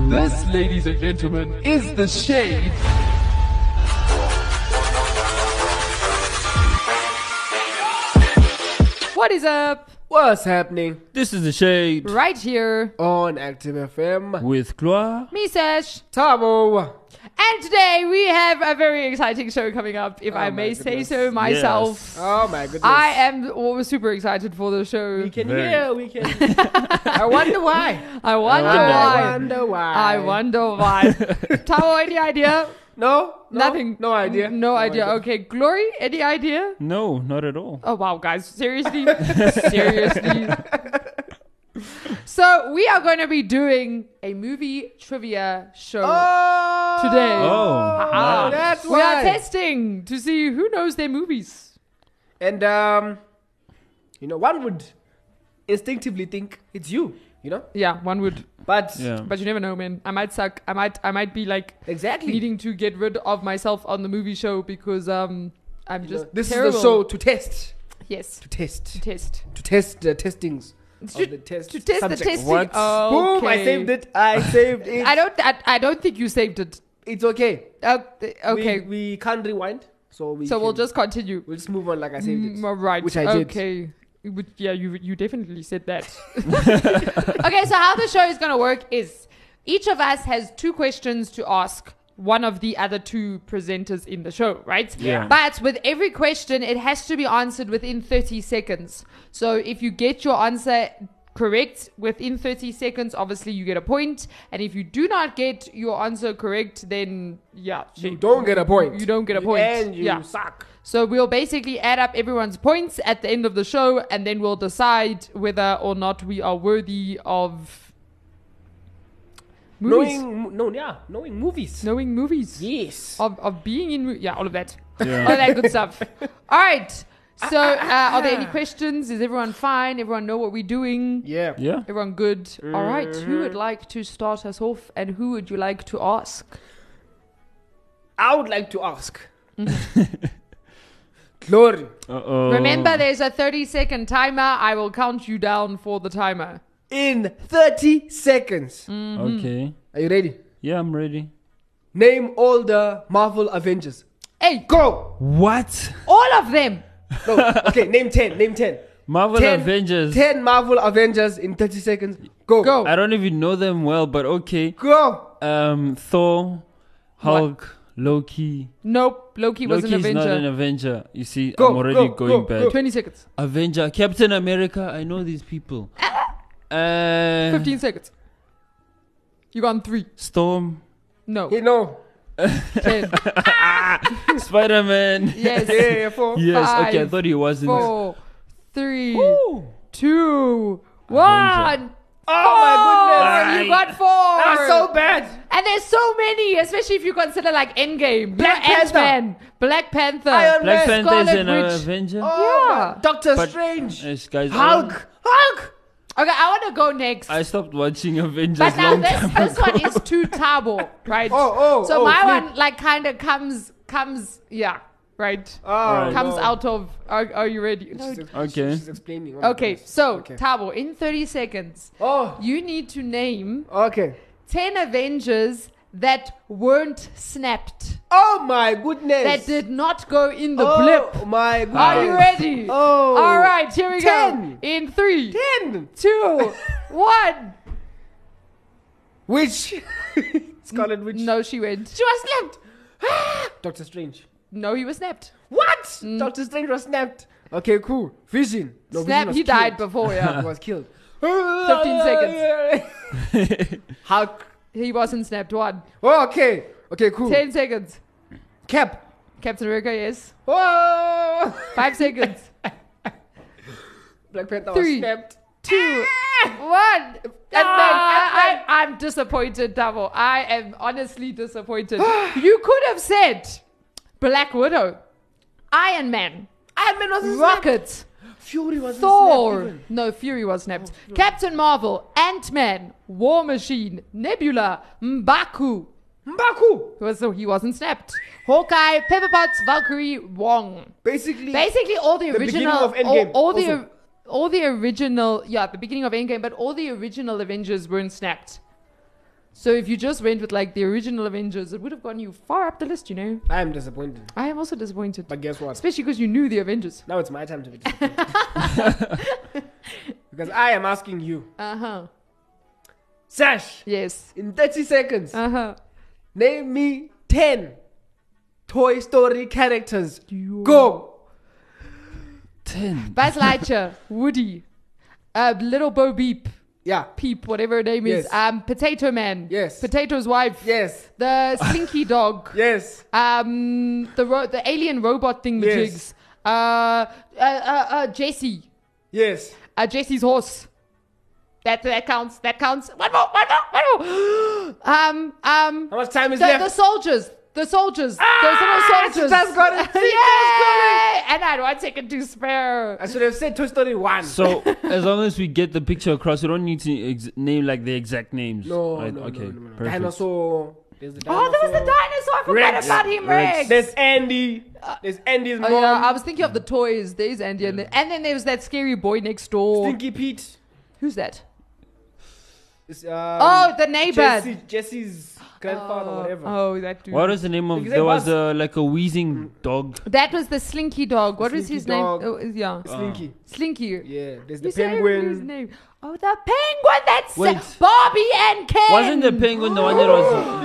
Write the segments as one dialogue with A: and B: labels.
A: This, ladies and gentlemen, is the shade.
B: What is up?
C: What's happening
D: This is the shade
B: Right here,
C: on Active FM?
D: with Gloire.
B: me Sash.
C: Tabo. Oh
B: And today we have a very exciting show coming up, if I
C: Oh my
B: may say
C: goodness.
B: so myself.
D: Yes.
C: Oh my goodness.
B: I am oh, super excited for the show.
C: We can
D: Very.
C: hear. We can. I wonder why.
B: I wonder
C: I
B: why.
C: wonder why.
B: I wonder why. Tao, any idea?
C: No, no,
B: Nothing.
C: No idea.
B: No, idea. Okay, Glory, any idea?
D: No, not at all.
B: Oh wow, guys! Seriously, seriously. so we are going to be doing a movie trivia show.
C: Oh, Ah,
B: Today.
D: Oh, nice.
C: that's
B: we are
C: why.
B: testing to see who knows their movies.
C: and um, you know, one would instinctively think it's you. You know,
B: Yeah, one would,
C: but
D: Yeah.
B: but you never know, man. I might suck. I might, I might be like
C: exactly.
B: needing to get rid of myself on the movie show because um, I'm
C: You know,
B: just
C: this
B: terrible.
C: is the show to test,
B: Yes,
C: to test,
B: to test.
C: to test the testings
B: To,
C: of Oh, the test
B: to test
C: subject.
B: the testing.
D: What?
B: Okay.
C: Boom! I saved it. I saved it.
B: I don't. I, I don't think you saved it.
C: It's okay.
B: Uh, okay.
C: We, we can't rewind, so we.
B: so we'll
C: can-
B: just continue.
C: we'll just move on. Like I saved it.
B: Mm, all right.
C: Which I did.
B: Okay. You would- yeah, you you definitely said that. okay, so how the show is going to work is each of us has two questions to ask one of the other two presenters in the show, right?
D: Yeah.
B: But with every question, it has to be answered within 30 seconds. So if you get your answer correct within 30 seconds, obviously you get a point. And if you do not get your answer correct, then yeah,
C: You
B: shit.
C: don't get a point.
B: You don't get a point.
C: And you
B: yeah.
C: suck.
B: So we'll basically add up everyone's points at the end of the show, and then we'll decide whether or not we are worthy of movies, knowing,
C: Knowing, no, yeah, knowing movies.
B: movies,
C: Yes.
B: of of being in, mo- yeah, all of that,
D: Yeah.
B: all that good stuff. All right. So, uh, are there any questions? Is everyone fine? Everyone know what we're doing?
C: Yeah.
D: Yeah.
B: Everyone good? All right. Who would like to start us off, and who would you like to ask?
C: I would like to ask. Glory.
D: Uh-oh.
B: Remember, there's a 30 second timer. I will count you down for the timer.
C: In 30 seconds.
B: Mm. Mm-hmm.
D: Okay.
C: Are you ready?
D: Yeah, I'm ready.
C: Name all the Marvel Avengers.
B: Hey,
C: Go!
D: What?
B: all of them.
C: No. Okay, name 10. Name 10.
D: Marvel
C: 10,
D: Avengers.
C: 10 Marvel Avengers in 30 seconds. Go.
B: Go.
D: I don't even know them well, but okay.
C: Go.
D: Um, Thor, Hulk, Loki.
B: Nope, Loki was
D: Loki's
B: an Avenger.
D: not an Avenger. You see,
C: Go,
D: I'm already
C: go,
D: going
C: go,
D: back.
C: go.
B: 20 seconds.
D: Avenger, Captain America. I know these people.
B: Ah.
D: Uh,
B: 15 seconds. You got three.
D: Storm,
B: No.
C: You know.
B: 10.
D: Spider Man.
B: Yes.
C: Yeah, yeah, four.
D: yes. Okay, I
B: Five,
D: thought he was in this.
B: Four, three,
C: Ooh.
B: two, one.
C: Oh, my
B: Four!
C: goodness.
B: You got four.
C: That's so bad.
B: and there's so many, especially if you consider like Endgame,
C: Black
B: you know,
C: Panther.
B: Ant-Man, Black Panther,
C: Iron
D: Black
C: Man.
D: Panther is
B: Scarlet
D: an uh,
B: Witch.
D: Avenger.
C: Oh,
B: Yeah.
C: Doctor
D: But- uh,
C: Strange.
D: Yes, guys. I don't-
C: Hulk. Hulk.
B: Okay, I want to go next.
D: I stopped watching Avengers
B: But now
D: long
B: this
D: time
B: this
D: ago.
B: one is too tabo, right?
C: Oh, oh,
B: So
C: oh,
B: my
C: flip.
B: one like kind of comes comes yeah right
C: Oh,
D: Alright.
B: comes
C: no.
B: out of are, are you ready? No.
C: She's ex-
D: Okay.
C: She's explaining. what
B: Okay,
C: it is.
B: so
C: Okay.
B: tabo in thirty seconds,
C: Oh.
B: you need to name
C: Okay.
B: ten Avengers that weren't snapped,
C: Oh my goodness.
B: that did not go in the
C: oh,
B: blip.
C: My goodness.
B: Are you ready?
C: Oh.
B: All right, here we go.
C: 10.
B: In three,
C: Ten.
B: two, one.
C: Witch. Scarlet Witch.
B: No, she went.
C: She was snapped. Doctor Strange.
B: No, he was snapped.
C: What?
B: Mm.
C: Doctor Strange was snapped. Okay, cool. Vision. No, Vision
B: Snapped.
C: was
B: He
C: killed.
B: died before. Yeah,
C: He was killed.
B: 15
C: seconds. Hulk.
B: he wasn't snapped. One.
C: Oh, okay. Okay, cool.
B: 10 seconds.
C: Cap.
B: Captain America, yes.
C: Oh.
B: Five seconds.
C: Black Panther was
B: Three.
C: snapped. Ah!
B: Two. One.
C: Ant-Man,
B: Ah,
C: Ant-Man.
B: I, am disappointed, Double. I am honestly disappointed. you could have said Black Widow, Iron Man,
C: Iron Man was
B: Rocket,
C: Fury was
B: Thor. Oh, No, Fury was snapped. Captain Marvel, Ant Man, War Machine, Nebula, Mbaku.
C: Mbaku.
B: Was, so he wasn't snapped. Hawkeye, Pepper Potts, Valkyrie, Wong.
C: Basically.
B: basically all the
C: beginning
B: original
C: of Endgame
B: all, all the
C: also.
B: all the original yeah the beginning of Endgame but all the original Avengers weren't snapped So if you just went with like the original Avengers, it would have gone you far up the list, you know.
C: I am disappointed.
B: I am also disappointed,
C: But guess what?
B: especially because you knew the Avengers.
C: Now it's my time to be disappointed. because I am asking you,
B: Uh
C: Uh-huh.
B: huh.
C: Sash,
B: Yes.
C: in 30 seconds,
B: Uh huh.
C: name me 10 Toy Story characters. Go!
D: Ten.
B: Buzz Lightyear, Woody, uh, Little Bo Beep,
C: Yeah.
B: Peep, whatever her name is,
C: Yes.
B: um, Potato Man,
C: Yes.
B: Potato's wife,
C: Yes.
B: the Slinky Dog,
C: Yes.
B: um, the ro- the alien robot thing, the
C: Yes.
B: jigs, uh, uh, uh, uh, Jesse,
C: Yes.
B: uh, Jesse's horse. That that counts. That counts. One more. One more. One more. um, um,
C: How much time
B: the,
C: is
B: the
C: left?
B: soldiers. The soldiers. Those little soldiers.
C: Ah, just got it. She just got
B: Yay! And I had one second to spare.
C: I should have said Toy Story 1.
D: So as long as we get the picture across, we don't need to ex- name like the exact names.
C: no,
D: right?
C: no,
D: okay,
C: no, no, no.
D: perfect.
C: Dinosaur. There's the
B: Oh, there was the dinosaur. I forgot
C: Rex.
B: about him,
D: Rex.
B: Rex.
C: There's Andy. There's Andy's mom.
B: Oh, yeah, I was thinking of the toys. There's Andy, and, the, and then there was that scary boy next door.
C: Stinky Pete.
B: Who's that?
C: It's, um,
B: oh, the neighbor.
C: Jesse, Jesse's grandfather,
B: oh,
C: whatever.
B: oh, that dude.
D: What was the name of?
C: Because
D: There
C: it
D: was
C: was- Mm.
D: a, like a wheezing dog.
B: that was the Slinky dog. What was
C: Slinky
B: his
C: dog.
B: name? Oh, yeah,
C: Slinky.
B: Slinky.
C: Yeah, there's
B: You
C: the
B: said everybody's
C: penguin.
B: name. Oh, the penguin. That's
D: Wait.
B: Bobby and Ken.
D: Wasn't the penguin the one that was?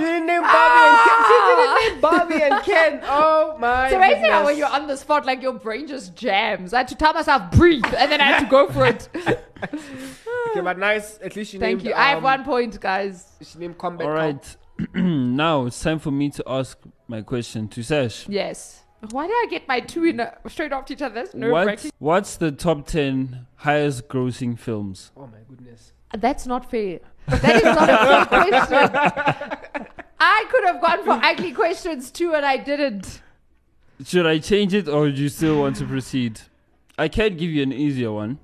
C: You didn't name Bobby and Ken. She didn't name Bobby and Ken. Oh my
B: It's amazing how when
C: goodness.
B: you're on the spot, like your brain just jams. I had to tell myself breathe, and then I had to go for it.
C: Okay, but nice. At least she
B: Thank
C: named.
B: you. I have
C: um,
B: one point, guys.
C: She named combat.
D: All right, now it's time for me to ask my question to Sash.
B: Yes. Why did I get my two in a, straight after each other? That's nerve
D: What,
B: wracking.
D: what's the top ten highest grossing films?
C: Cop. Oh my goodness.
B: That's not fair. That is not a fair question. I could have gone for ugly questions too, and I didn't.
D: Should I change it or do you still want to proceed? I can give you an easier one.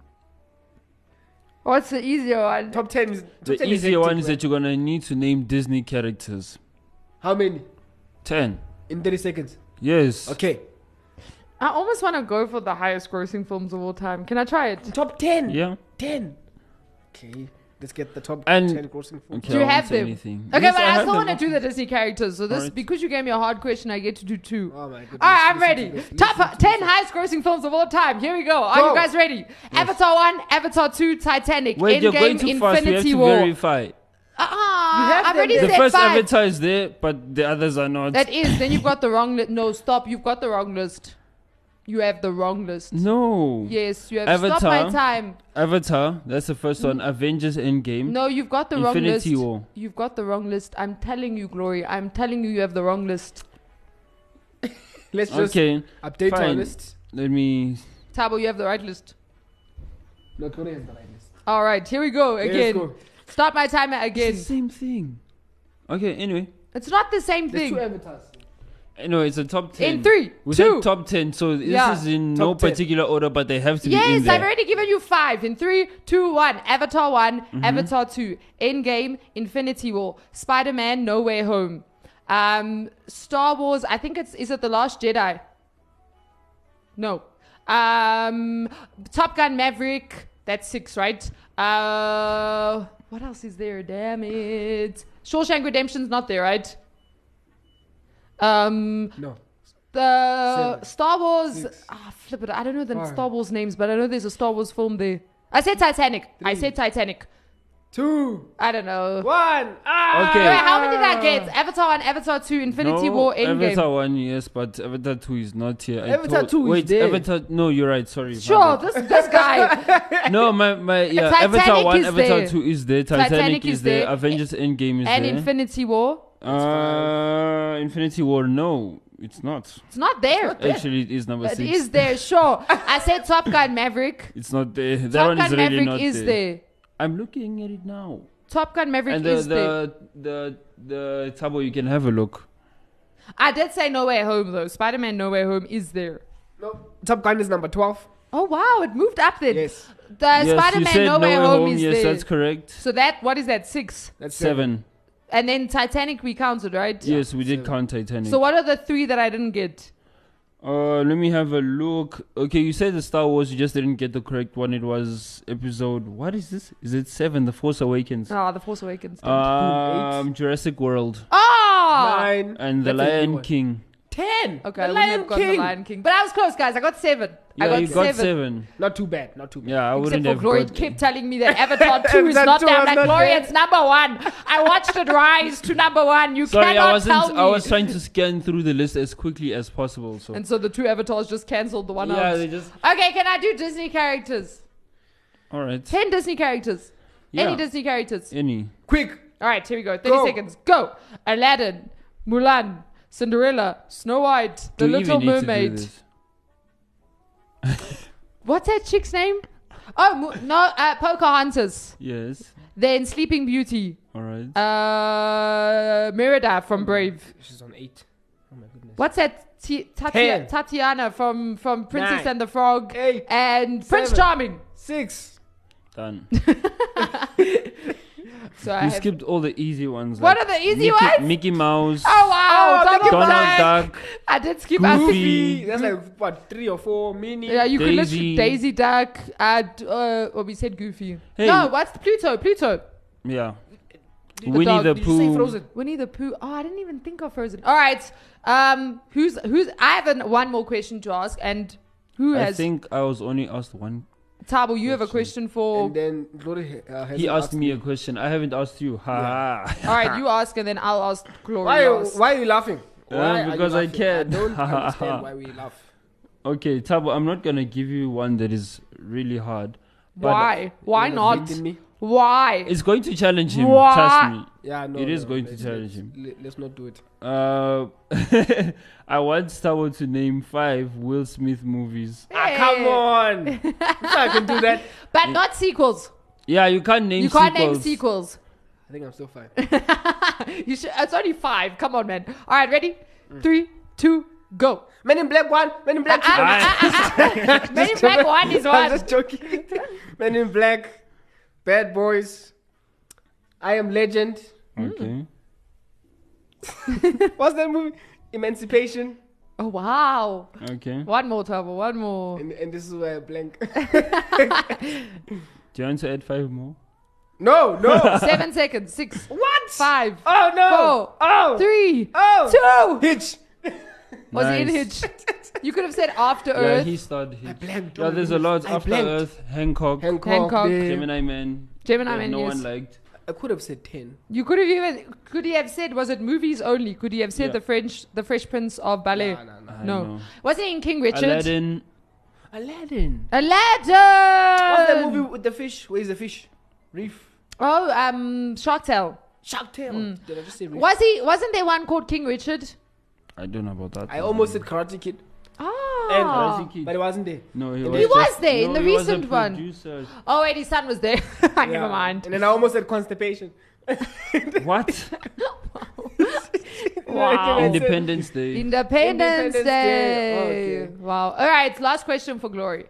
B: What's the easier one?
C: Top ten. Is, top
D: The
C: 10 is
D: easier
C: hectic,
D: one is
C: man.
D: that you're gonna need to name Disney characters.
C: How many
D: Ten.
C: in thirty seconds?
D: Yes.
C: Okay.
B: I almost want to go for the highest grossing films of all time. Can I try it?
C: Top ten.
D: Yeah.
C: Ten. Okay. Let's get the top
D: And-
C: ten grossing films.
D: Okay.
B: Do you
D: I won't
B: have
D: say
B: them?
D: anything.
B: Okay,
D: Yes,
B: but I,
D: have
B: still
D: them.
B: want to do the Disney characters. So this
D: Alright.
B: because you gave me a hard question, I get to do two.
C: Oh my goodness.
B: all right, I'm
C: Listen
B: ready.
C: to this.
B: Top
C: Listen
B: fi-
C: to
B: ten
C: this.
B: highest grossing films of all time. Here we go. Are
C: Go.
B: you guys ready? Avatar one, Avatar two, Titanic,
D: Wait, you're going
B: Endgame,
D: too fast. We have
B: Infinity
D: to
B: War.
D: verify.
B: Ah,
C: have
B: I've
C: them
B: already
D: The
B: said
D: first
B: five.
D: avatar is there, but the others are not.
B: That is. Then you've got the wrong list. No, stop. You've got the wrong list. You have the wrong list.
D: no.
B: Yes, you have. Stop
D: Avatar.
B: my time.
D: Avatar, that's the first one. Avengers Endgame.
B: No, you've got the wrong list.
D: Hmm? Infinity War.
B: You've got the wrong list. I'm telling you, Glory. I'm telling you, you have the wrong list.
C: Let's just
D: Okay,
C: update our
D: fine.
C: list.
D: let me.
B: Tabo, you have the right list.
C: No, Korea has the right list.
B: All right, here we go
C: Yeah, let's
B: again.
C: go.
B: Start my timer
D: It's
B: again.
D: the same thing. Okay, anyway.
B: It's not the same
C: There's two
B: thing.
C: avatars.
D: Anyway, it's a top 10.
B: In three,
D: We
B: two.
D: said top 10, so this
B: Yeah.
D: is in
C: Top
D: no
C: 10.
D: particular order, but they have to be in
B: Yes,
D: there.
B: I've already given you five. In three, two, one. Avatar one,
D: Mm-hmm.
B: Avatar two, Endgame, Infinity War, Spider Man, No Way Home, um, Star Wars. I think it's is it the Last Jedi? No. Um, Top Gun Maverick. That's six, right? Uh, what else is there? Damn it! Shawshank Redemption's not there, right? Um,
C: No.
B: the
C: Seven.
B: Star Wars.
C: Six.
B: Ah, flip it. I don't know the
C: Five.
B: Star Wars names, but I know there's a Star Wars film there. I said Titanic. I
C: Three.
B: said Titanic.
C: Two.
B: I don't know.
C: One. Ah.
D: Okay.
B: Wait, how many did I get? Avatar 1, Avatar 2, Infinity
D: No,
B: War, Endgame.
D: Avatar 1, yes, but Avatar 2 is not here. I
C: Avatar
D: told-
C: 2 is
D: wait,
C: there.
D: Avatar. No, you're right, sorry. my
B: Sure,
D: bad.
B: this, this guy.
D: No, my. my yeah,
B: Titanic
D: Avatar 1,
B: is
D: Avatar
B: there.
D: 2 is there. Titanic,
B: Titanic
D: is
B: is
D: there.
B: there.
D: Avengers Endgame is
B: and
D: there.
B: Infinity War.
D: uh, Infinity War, no, it's not.
B: It's not there.
D: Actually, it is number
B: It
D: six.
B: is there, sure. I said Top Gun Maverick.
D: It's not there. That
B: Top
D: one
B: Gun
D: is really
B: Maverick
D: not
B: is
D: there.
B: there.
D: I'm looking at it now.
B: Top Gun Maverick
D: and the
B: is there.
D: the, the the table you can have a look.
B: I did say No Way Home, though. Spider Man No Way Home is there.
C: No. Top Gun is number twelve.
B: Oh, wow. It moved up then.
C: Yes.
B: The Spider
D: you
B: Man
D: said
B: Uh, No Way Home, is
D: yes,
B: there.
D: that's correct.
B: So that what is that six?
C: That's
D: Seven.
B: And then Titanic we counted, right?
D: Yes, we did
C: seven.
D: count Titanic.
B: So what are the three that I didn't get?
D: Uh, let me have a look. Okay, you said the Star Wars. You just didn't get the correct one. It was episode. What is this? Is it seven? The Force Awakens.
B: Ah, The Force Awakens.
D: Um, Jurassic World
B: Ah!
C: Nine.
D: and The
C: That's a good
D: Lion
C: one.
D: King.
C: Ten.
B: Okay,
C: The
B: I wouldn't
C: Lion
B: have gotten
C: King.
B: The Lion King. But I was close, guys. I got seven.
D: Yeah,
B: I got
D: you
B: seven.
D: got seven.
C: Not too bad. Not too bad.
D: Yeah, I
B: Except
D: wouldn't
B: for
D: have
B: Gloria
D: got-
B: kept telling me that Avatar 2 is
C: Avatar
B: not
C: 2
B: there.
C: was
B: I'm like,
C: not
B: Gloria,
C: there.
B: it's number one. I watched it rise to number one. You
D: Sorry,
B: cannot
D: I wasn't.
B: tell me.
D: I was trying to scan through the list as quickly as possible. So
B: And so the two avatars just cancelled the one
D: yeah,
B: out.
D: they just.
B: Okay, can I do Disney characters?
D: All right.
B: 10 Disney characters.
D: Yeah.
B: Any Disney characters.
D: Any.
C: Quick.
B: All right, here we go. 30
C: Go.
B: seconds. Go. Aladdin, Mulan, Cinderella, Snow White, The
D: Do we
B: Little
D: even need to do
B: Mermaid.
D: this?
B: What's that chick's name? Oh, Mu- no, uh, Pocahontas.
D: Yes.
B: Then Sleeping Beauty.
D: All right.
B: Uh, Merida from Brave.
C: She's on eight. Oh my goodness.
B: What's that? T- Tati-
C: Ten.
B: Tatiana from, from Princess
C: Nine.
B: and the Frog.
C: Eight.
B: And Prince
C: Seven.
B: Charming.
C: Six.
D: Done.
B: So I
D: We
B: have
D: skipped all the easy ones.
B: What
D: like
B: are the easy
D: Mickey,
B: ones?
D: Mickey Mouse.
B: Oh wow!
C: Oh,
B: Donald,
C: thank you,
D: Donald
B: Duck.
D: Duck.
B: I did skip. I think,
D: Goofy.
C: That's like what three or four mini.
B: yeah, you could literally Daisy
D: Daisy.
B: Duck. Uh, d- uh, well, we said Goofy.
D: Hey.
B: No, what's Pluto? Pluto.
D: Yeah.
B: The
D: Winnie
B: dog.
D: the
C: Did you say
D: Pooh.
C: Frozen?
B: Winnie the Pooh. Oh, I didn't even think of Frozen. All right. Um, who's who's? I have an, one more question to ask, and who
D: I
B: has?
D: think I was only asked one.
B: Tabo, you have a question for.
C: And then Glory. Uh, has
D: He asked me a question. I haven't asked you. Ha. ha.
B: all right, you ask, and then I'll ask Gloria.
C: Why?
B: last.
C: Why are you laughing? Why
D: Uh,
C: are you
D: because I
C: laughing?
D: can.
C: I don't understand why we laugh.
D: Okay, Tabo, I'm not gonna give you one that is really hard. But
B: Why? Why
C: You're
B: not?
C: hitting Me.
B: Why?
D: It's going to challenge him.
B: Why?
D: Trust me.
C: Yeah, no.
D: It is
C: no,
D: going to
C: let's-
D: challenge
C: let's-
D: him.
C: le- Let's not do it.
D: Uh, I want Tabo to name five Will Smith movies.
C: Ah, come
B: Hey.
C: on. Wish I can do that.
B: But not sequels.
D: Yeah, you can't name.
B: you can't
D: sequels.
B: name sequels.
C: I think I'm still fine.
B: You should, it's only five. Come on, man. All right, ready?
C: Mm.
B: Three, two, go.
C: Men in Black One. Men in Black Two.
B: Ah,
D: Aye.
B: Men in Black One is
C: I'm
B: one.
C: just joking. Men in Black, Bad Boys, I Am Legend.
B: ah.
D: Okay.
C: What's that movie? Emancipation.
B: Oh wow!
D: Okay.
B: One more turbo. One more.
C: And, and this is where I blank.
D: Do you want to add five more?
C: no, no.
B: Seven seconds. Six,
C: what?
B: five,
C: Oh no.
B: Four.
C: Oh.
B: three,
C: Oh.
B: two.
C: Hitch.
B: Was it in
D: Nice.
B: Hitch? You could have said After
D: Yeah,
B: Earth,
D: he started. His.
C: blanked
D: Yeah,
C: on
D: there's
C: it.
D: a lot.
C: I
D: After
C: blanked.
D: Earth, Hancock,
C: Hancock.
B: Hancock.
C: babe.
D: Gemini Man.
B: Gemini
D: that
B: Man.
D: No
B: yes.
D: one liked.
C: I could have said ten.
B: you could have even could he have said was it movies only? Could he have said
D: Yeah.
B: the French, the Fresh Prince of Ballet?
C: Nah, nah, nah.
D: I
B: No.
D: know.
B: Was it in King Richard?
D: Aladdin.
C: Aladdin.
B: Aladdin!
C: What's that movie with the fish? Where is the fish? Reef.
B: Oh, um, Shark Tale.
C: Shark Tale.
B: Hmm.
C: Did I just say reef?
B: Was he? Wasn't there one called King Richard?
D: I don't know about that.
C: I
D: one.
C: almost said Karate Kid, And
B: Ah.
D: Karate Kid.
C: but it wasn't there.
D: No, he
C: He
D: was.
B: was
D: just-
B: there in
D: no,
B: the
D: he was a
B: recent one.
D: producer.
B: Oh, wait, his son was there. Never
C: Yeah.
B: mind.
C: And then I almost said constipation.
D: What?
B: Wow.
D: Independence Day.
B: Independence,
C: Independence Day.
B: Day.
C: Okay.
B: Wow. All right, last question for Glory.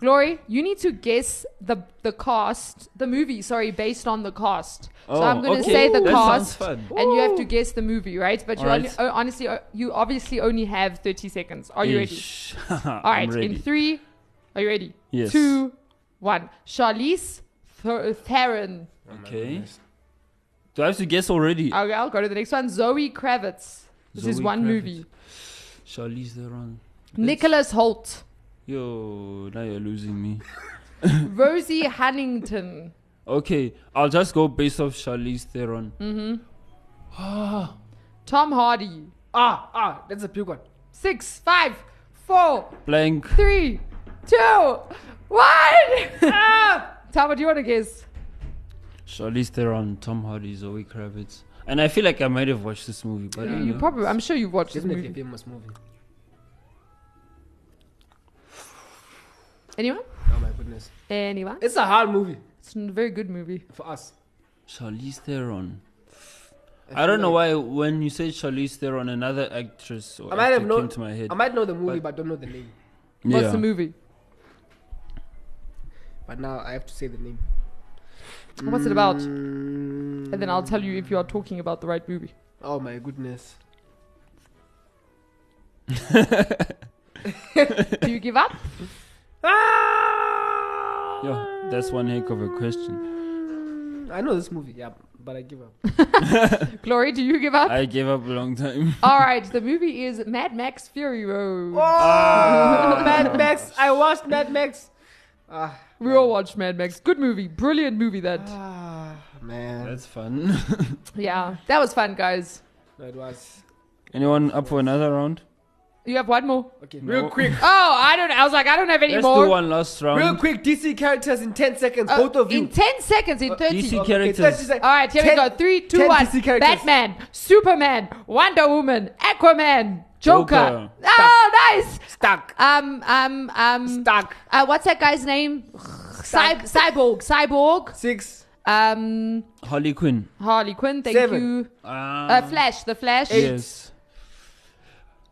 B: Glory, you need to guess the the cast, the movie, sorry, based on the cast. so I'm going to
D: Oh, okay.
B: say the
D: that sounds
B: cast,
D: fun.
B: and you have to guess the movie, right? But you
D: All
B: only,
D: right.
B: oh, honestly, oh, you obviously only have 30 seconds. Are you ready?
D: Ish. I'm
B: All right,
D: ready.
B: in three, are you ready?
D: Yes.
B: Two, one. Charlize Th- Theron.
D: Okay. Do I have to guess already?
B: Okay, I'll go to the next one. Zoe Kravitz. This is
D: Zoe
B: one
D: Kravitz.
B: movie.
D: Charlize Theron.
B: Nicholas Holt.
D: Yo, now you're losing me.
B: Rosie Huntington.
D: Okay, I'll just go based off Charlize Theron.
B: Hmm. Tom Hardy.
C: Ah, ah, that's a big one.
B: Six, five, four,
D: Blank.
B: three, two, one. ah! Tama, do you want to guess?
D: Charlize Theron, Tom Hardy, Zoe Kravitz. And I feel like I might have watched this movie, but I
B: You,
D: don't
B: you
D: know.
B: probably, I'm sure you've watched this
C: Definitely a
B: movie.
C: famous movie.
B: Anyone?
C: Oh my goodness.
B: Anyone?
C: It's a hard movie
B: It's a very good movie.
C: for us.
D: Charlize Theron. I don't know why when you said Charlize Theron, another actress or
C: I might have
D: actor
C: known-
D: came to my head.
C: I might know the movie, but, don't know the name.
D: yeah.
B: What's the movie?
C: But now I have to say the name.
B: What's it about? And
C: Mm.
B: then I'll tell you if you are talking about the right movie.
C: Oh my goodness.
B: Do you give up?
C: Ah!
D: Yeah, that's one heck of a question.
C: I know this movie, yeah, but I give up.
B: Glory, do you give up?
D: I gave up a long time.
B: All right, the movie is Mad Max Fury Road.
C: Mad Max, I watched Mad Max. Ah,
B: We all watched Mad Max. Good movie. Brilliant movie, that.
C: ah, man,
D: That's fun.
B: Yeah, that was fun, guys.
C: no, it was
D: Anyone up for another round?
B: You have one more?
C: okay.
D: No.
C: Real quick,
B: Oh, I don't I was like, I don't have any
D: Let's
B: more.
D: do one last round.
C: real quick. DC characters in ten seconds,
B: Uh,
C: both of you. Uh,
B: In 10 seconds, in 30.
D: DC
C: Okay,
D: characters.
C: 30 sec-
B: All right, here we
C: 10
B: go. Three, two,
C: 10
B: one.
C: DC characters.
B: Batman, Superman, Wonder Woman, Aquaman, Joker.
D: Joker.
B: Oh, nice.
C: Stuck.
B: Um, um, um.
C: Stuck.
B: Uh, what's that guy's name? Cy- cyborg. Cyborg.
C: Six.
B: Um,
D: Harley Quinn.
B: Harley Quinn. Thank
C: Seven. Um,
B: you.
D: Ah.
B: Uh, Flash. The Flash.
D: Yes.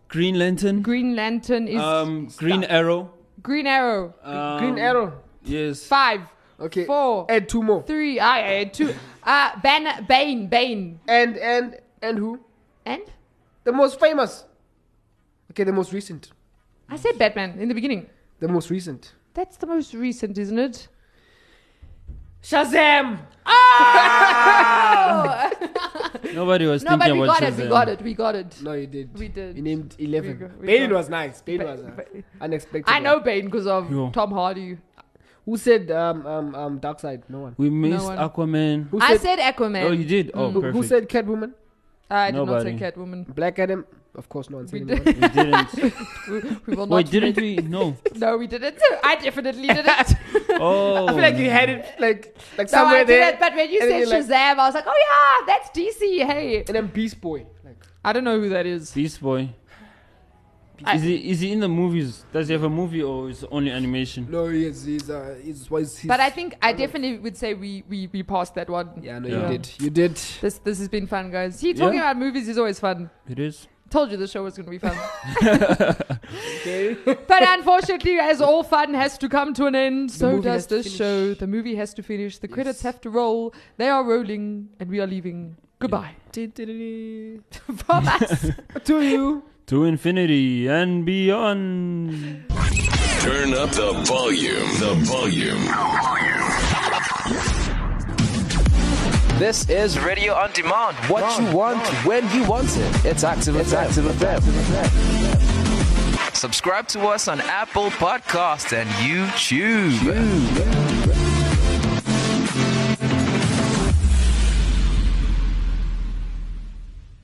D: Green Lantern.
B: Green Lantern is
D: um, Green Arrow.
B: Green Arrow.
D: Um,
C: Green Arrow.
D: Yes.
B: Five,
C: Okay.
B: four,
C: And two more.
B: three. I had two. Uh, Ban- Bane. Bane.
C: And and and who?
B: And
C: The most famous. Okay, the most recent.
B: I said Batman in the beginning.
C: The most recent.
B: That's the most recent, isn't it?
C: Shazam.
D: Nobody was
B: No, but
D: thinking
B: we
D: about
B: got it. We
D: Shazam.
B: got it. We got it.
C: No, you did.
B: We did.
C: You named
B: We
C: eleven.
B: go- we
C: Bane
B: go.
C: was nice. Bane
B: Ba-
C: was uh,
B: ba-
C: unexpected.
B: I know Bane because of
D: Yo.
B: Tom Hardy.
C: Who said um um um Dark Side? No one.
D: We missed
B: one.
D: Aquaman.
C: Who
B: I
C: said,
B: said Aquaman.
D: Oh, you did. Oh,
C: who,
D: perfect.
C: who said Catwoman?
B: I did
D: Nobody.
B: not say Catwoman.
C: Black Adam? Of course, no one said
B: We
C: anyone.
D: we didn't.
B: We, we will not.
D: Wait, didn't we? No.
B: No, we didn't. I definitely didn't.
D: Oh.
C: I feel like you had it like like
B: no,
C: somewhere
B: I
C: there.
B: didn't. But when you
C: and
B: said
C: then you're
B: Shazam, I was like, oh yeah, that's DC. Hey,
C: and then Beast Boy. Like
B: I don't know who that is.
D: Beast Boy.
B: I-
D: Is he is he in the movies? Does he have a movie or is it only animation?
C: no, he's he's uh he's why he's.
B: But I think I definitely would say we we, we passed that one.
C: yeah, no,
D: Yeah.
C: you did. You did.
B: This this has been fun, guys. He talking
D: Yeah.
B: about movies is always fun.
D: It is.
B: Told you the show was going to be fun.
C: Okay.
B: but unfortunately, as all fun has to come to an end, so
C: movie
B: does
C: has to
B: this
C: finish.
B: show. The movie has to finish. The credits
C: Yes.
B: have to roll. They are rolling, and we are leaving. Goodbye
C: to
B: from us.
C: you.
D: To infinity and beyond.
E: Turn up the volume. The volume.
F: This is Radio On Demand. What you want, when you want it. It's Active it's Active FM. Subscribe to us on Apple Podcasts and YouTube.